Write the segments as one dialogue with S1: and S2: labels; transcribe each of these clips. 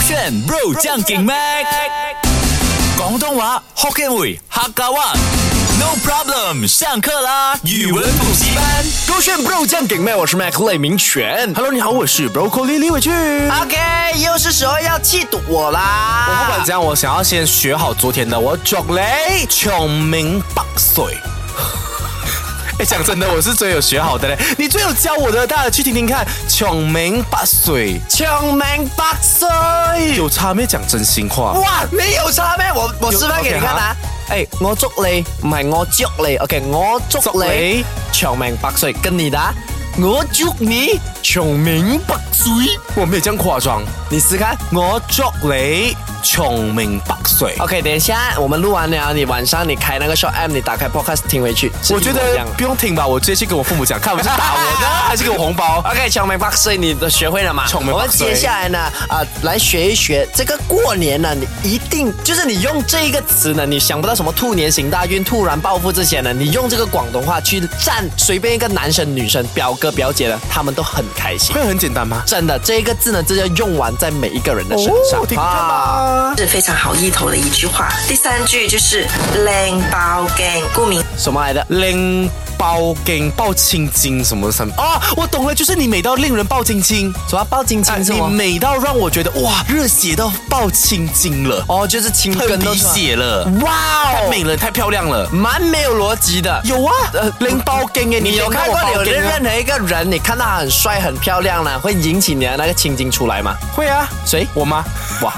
S1: 选 Bro 将劲 Mac，广东话 Hokkien 语客家话。No problem，上课啦！语文补习班。
S2: 勾选 Bro 酱顶妹，我是 Mac 雷明全。Hello，你好，我是 Broccoli 李伟俊。
S3: OK，又是时候要气堵我啦！
S2: 我老板讲，我想要先学好昨天的，我祝你穷明百岁。 哎，讲真的，我是最有学好的嘞。你最有教我的，大家去听听看。穷明百岁
S3: 穷命百岁。
S2: 有差没？讲真心话。
S3: 哇，你哎有差咩？我我
S2: 有
S3: 示范给你看
S2: OK，
S3: 啊
S2: 好！
S3: 诶，我祝你，唔係我祝你，OK，我祝
S2: 祝
S3: 你
S2: 你
S3: 長命百歲，跟你的啊，我祝你長命百歲。
S2: 我没有这样夸张。
S3: 你试看
S2: 我祝你穷明百岁。
S3: ，OK，等一下我们录完了，你晚上你开那个 Show M，你打开 Podcast 听回去，是
S2: 我觉
S3: 一模一
S2: 得
S3: 样的
S2: 不用听吧，我直接去跟我父母讲，看我是打我呢，还是给我红包。
S3: OK，穷明百岁，你都学会了嘛？
S2: 穷明
S3: 我
S2: 百
S3: 们
S2: 岁
S3: 接下来呢，啊、来学一学这个过年呢，你一定就是你用这一个词呢，你想不到什么兔年行大运、突然暴富这些呢，你用这个广东话去赞随便一个男生、女生、表哥、表姐呢，他们都很 开心。
S2: 会很简单吗？
S3: 真的，这一个字呢，这要用完在每一个人的身上、
S2: 哦，听吧。
S4: 是非常好意头的一句话。第三句就是“靓包镜”，顾名
S3: 什么来的？
S2: 令包茎抱青筋什么什么啊？我懂了，就是你美到令人抱青筋，
S3: 什么包金
S2: 啊
S3: 青是
S2: 你
S3: 吗？
S2: 美到让我觉得哇，热血到爆青筋了，
S3: 哦，就是青
S2: 喷
S3: 根都
S2: 鼻
S3: 出来
S2: 血了，
S3: 哇
S2: 太
S3: 哦，
S2: 美了，太漂亮了。
S3: 蛮没有逻辑的。
S2: 有啊，令包茎哎，
S3: 你有
S2: 令到
S3: 看
S2: 我
S3: 过
S2: 包
S3: 有
S2: 茎
S3: 任
S2: 啊
S3: 任何一个人，你看到他很帅很漂亮呢，会引起你的那个青筋出来吗？
S2: 会啊？
S3: 谁？
S2: 我妈，
S3: 哇，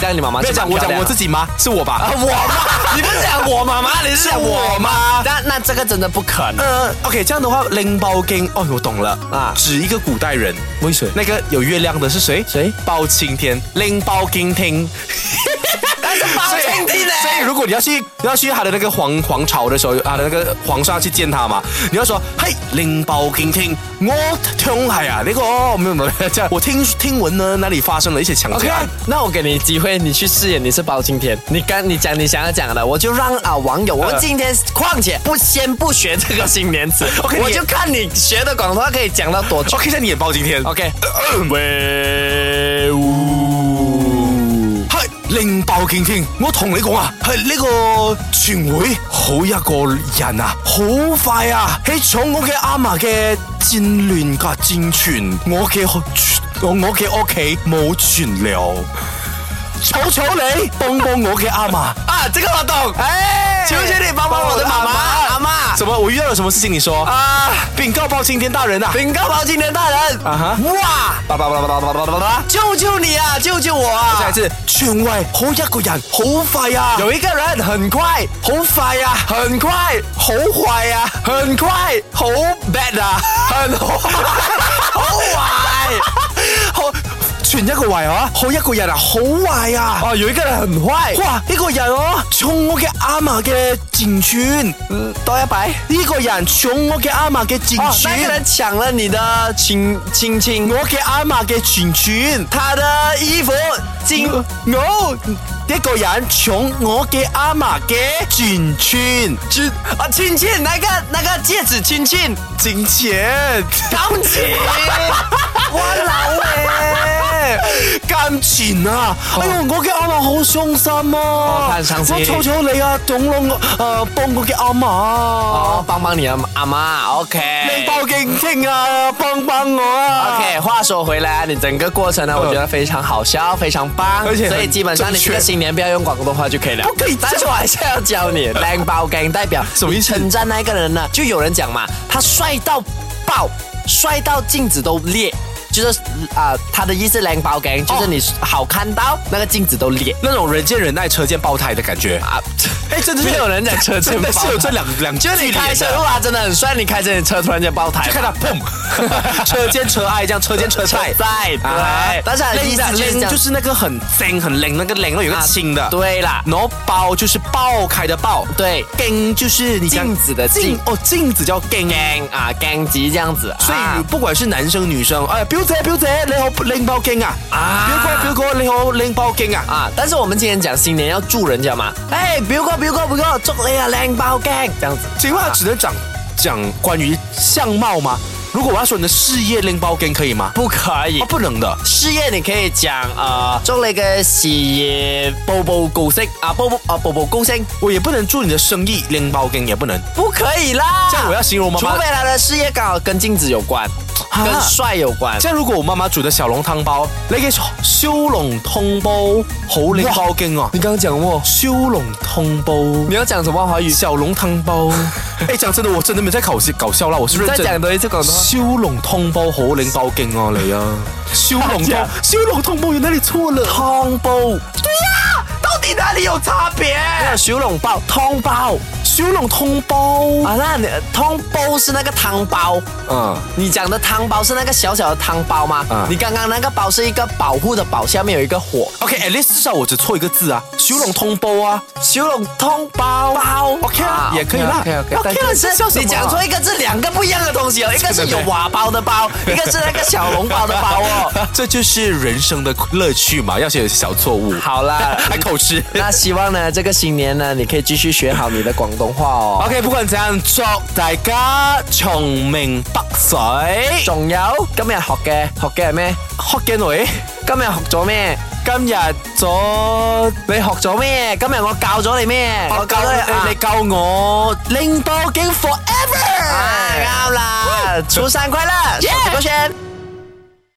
S3: 这样你妈妈
S2: 不要
S3: 是
S2: 讲我讲我自
S3: 己
S2: 己妈，是我吧？
S3: 啊，我妈，你不是讲我妈妈，你是
S2: 是
S3: 讲我啊
S2: 我
S3: 妈？
S2: 妈。
S3: 那那这个真的不可能。
S2: 呃，OK，这样的话，拎包巾哦，我懂了
S3: 啊
S2: 啊，指一个古代人，
S3: 为什
S2: 那个有月亮的是谁？
S3: 谁？
S2: 包青天，拎包巾听。
S3: 那是包青天嘞
S2: 所以如果你要去你要去他的那个皇皇朝的时候，他的那个皇上去见他嘛，你要说嘿，拎包巾听，我听哎呀，那个哦，没有没有这样，我听听闻呢那里发生了一些强奸
S3: OK，
S2: 案。
S3: 那我给你机会，你去饰演你是包青天。你刚你讲你想要讲的，我就让啊网友，我们今天况且不先不学这个新年词
S2: OK，
S3: 我
S2: 你
S3: 就看你学的广东话可以讲到多久。
S2: OK，那你也包青天。
S3: OK，
S2: 喂，系令爆敬天，我同你講啊，係呢個全會好一個人啊，好快啊！喺搶我嘅阿嫲嘅戰亂嘅戰傳，我嘅我我嘅屋企冇傳了。草草你幫幫我嘅阿嫲。
S3: 啊，这个我懂。
S2: 哎
S3: 求求你帮帮我的妈妈阿嬷
S2: 什么？我遇到了什么事情？你说啊？禀告包青天大人啊！
S3: 禀告包青天大人，
S2: 啊哈
S3: 哇！
S2: 叭叭叭叭叭叭叭叭叭。
S3: 救救你啊！救救我
S2: 再
S3: 啊
S2: 一！次，全外好一個人，好快啊！
S3: 有一个人很快，
S2: 好快啊，很快，好快啊，很快，好 bad 啊，很 好，好坏，好全一個壞啊，好一個人啊，好壞啊，
S3: 哦，有一个人很坏，
S2: 哇，呢、個人哦，從我嘅阿嫲嘅戰船，
S3: 嗯，多一百。
S2: 呢、個人從我嘅阿嫲嘅戰
S3: 哦，
S2: 船，
S3: 那个人抢了你的亲亲亲，
S2: 我嘅阿嫲嘅戰船，
S3: 他的衣服金
S2: 我我一個人從我嘅阿嫲嘅戰船，
S3: 金啊亲亲，那个那个戒指亲亲，
S2: 金錢。
S3: 恭喜！
S2: 哎
S3: 哇老欸 诶，
S2: 金錢啊！哎呦，我嘅阿嫲好傷心啊！
S3: 她很傷心
S2: 我求求你啊，懂咯，我誒幫我嘅阿嫲
S3: 哦
S2: 啊，，
S3: 帮帮你啊阿妈，OK。
S2: 你包勁聽啊，幫幫我啊
S3: OK，话说回来，啊你整个过程呢，我觉得非常好笑，非常棒，
S2: 而且很
S3: 所以基本上你
S2: 正确
S3: 这个新年不要用广东话就可以了。
S2: 不可以这样
S3: 但是我还是要教你， 靓包gang 代表
S2: 什么意思
S3: 称赞那一个人呢，就有人讲嘛，他帅到爆，帅到镜子都裂。就是啊、他的意思靓包 gang
S2: 哦
S3: 就是你好看到那个镜子都裂
S2: 那种人见人爱，车见爆胎的感觉。
S3: 啊！
S2: 哎，真的是
S3: 没有人讲车见
S2: 真的
S3: 爆
S2: 是
S3: 胎
S2: 有这两两句
S3: 就你
S2: 连
S3: 开车，
S2: 的，
S3: 哇，真的很帅，你开着你车突然间爆胎，
S2: 看到 砰， 车见车爱这样，车见车 菜。
S3: 在
S2: 啊
S3: 对，但是他的意思
S2: 冷
S3: 就是这
S2: 冷
S3: 样
S2: 就是那个很冷很冷那个冷，然后有个
S3: 啊
S2: 轻的，
S3: 对啦，
S2: 然后包就是爆开的爆，
S3: 对，
S2: 镜就是你讲
S3: 镜子的镜
S2: 镜哦，镜子叫镜。
S3: gang 啊 gang 级这样子，
S2: 所
S3: 啊
S2: 以不管是男生女生，哎，表姐表姐，你好拎包巾啊！
S3: 啊
S2: 表哥表哥，你好拎包巾啊！
S3: 啊，但是我们今天讲新年要祝人家嘛，哎，表哥表哥表哥，祝你啊靓包 gang 这样子，
S2: 请问他只能讲讲关于相貌吗？如果我要说你的事业拎包间可以吗？
S3: 不可以
S2: 哦，。不能的。
S3: 事业你可以讲啊、呃，祝你嘅事业步步高升啊，步步啊步步高升，
S2: 我也不能祝你的生意拎包间，也不能。
S3: 不可以啦。
S2: 这样我要形容妈
S3: 除
S2: 妈
S3: 非。他的事业刚好跟镜子有关，
S2: 啊
S3: 跟帅有关。
S2: 即系如果我妈妈煮的小笼汤包，你嘅烧笼汤包好拎包间哦。
S3: 你刚刚讲过，
S2: 烧笼汤 包，
S3: 你要讲什么华语？
S2: 小笼汤包。哎，讲真的，我真的没在搞笑搞笑啦，我是认
S3: 再
S2: 真
S3: 讲。多一次广东话。
S2: 烧笼汤包好拎包劲啊你啊！烧笼
S3: 大
S2: 汤
S3: 家，
S2: 烧笼汤包有哪里错了？汤包，对呀、啊到底哪里有差别？
S3: 小笼包、汤包
S2: 烧笼汤包，
S3: 啊，那你汤包是那个汤包，
S2: 嗯，
S3: 你讲的汤包是那个小小的汤包吗？
S2: 啊
S3: 你刚刚那个包是一个保护的保，下面有一个火。
S2: OK，at least 至少我只错一个字啊，修拢通包啊，
S3: 小笼汤包包
S2: OK 啦也可以啦
S3: 啊 OK OK 啊
S2: OK 啦这笑什么啊
S3: 你讲错一个字，两个不一样的 东西哦，一个是有瓦包的包，一个是那个小笼包的 包哦。
S2: 这就是人生的乐趣嘛，要些小错误，
S3: 好啦，
S2: 还口吃。
S3: 那希望呢，这个新年呢，你可以继续学好你的广东话哦。
S2: OK，不管怎样，祝大家長命百歲。
S3: 仲有今日學嘅學嘅係咩？
S2: 學嘅女，
S3: 今日學咗咩？
S2: 今日咗
S3: 你學咗咩？今日我教咗你咩？
S2: 我教
S3: 你
S2: 呃你，你
S3: 啊
S2: 教我哎拎包經 forever。
S3: 啊啱啦，初三快樂，手指勾選。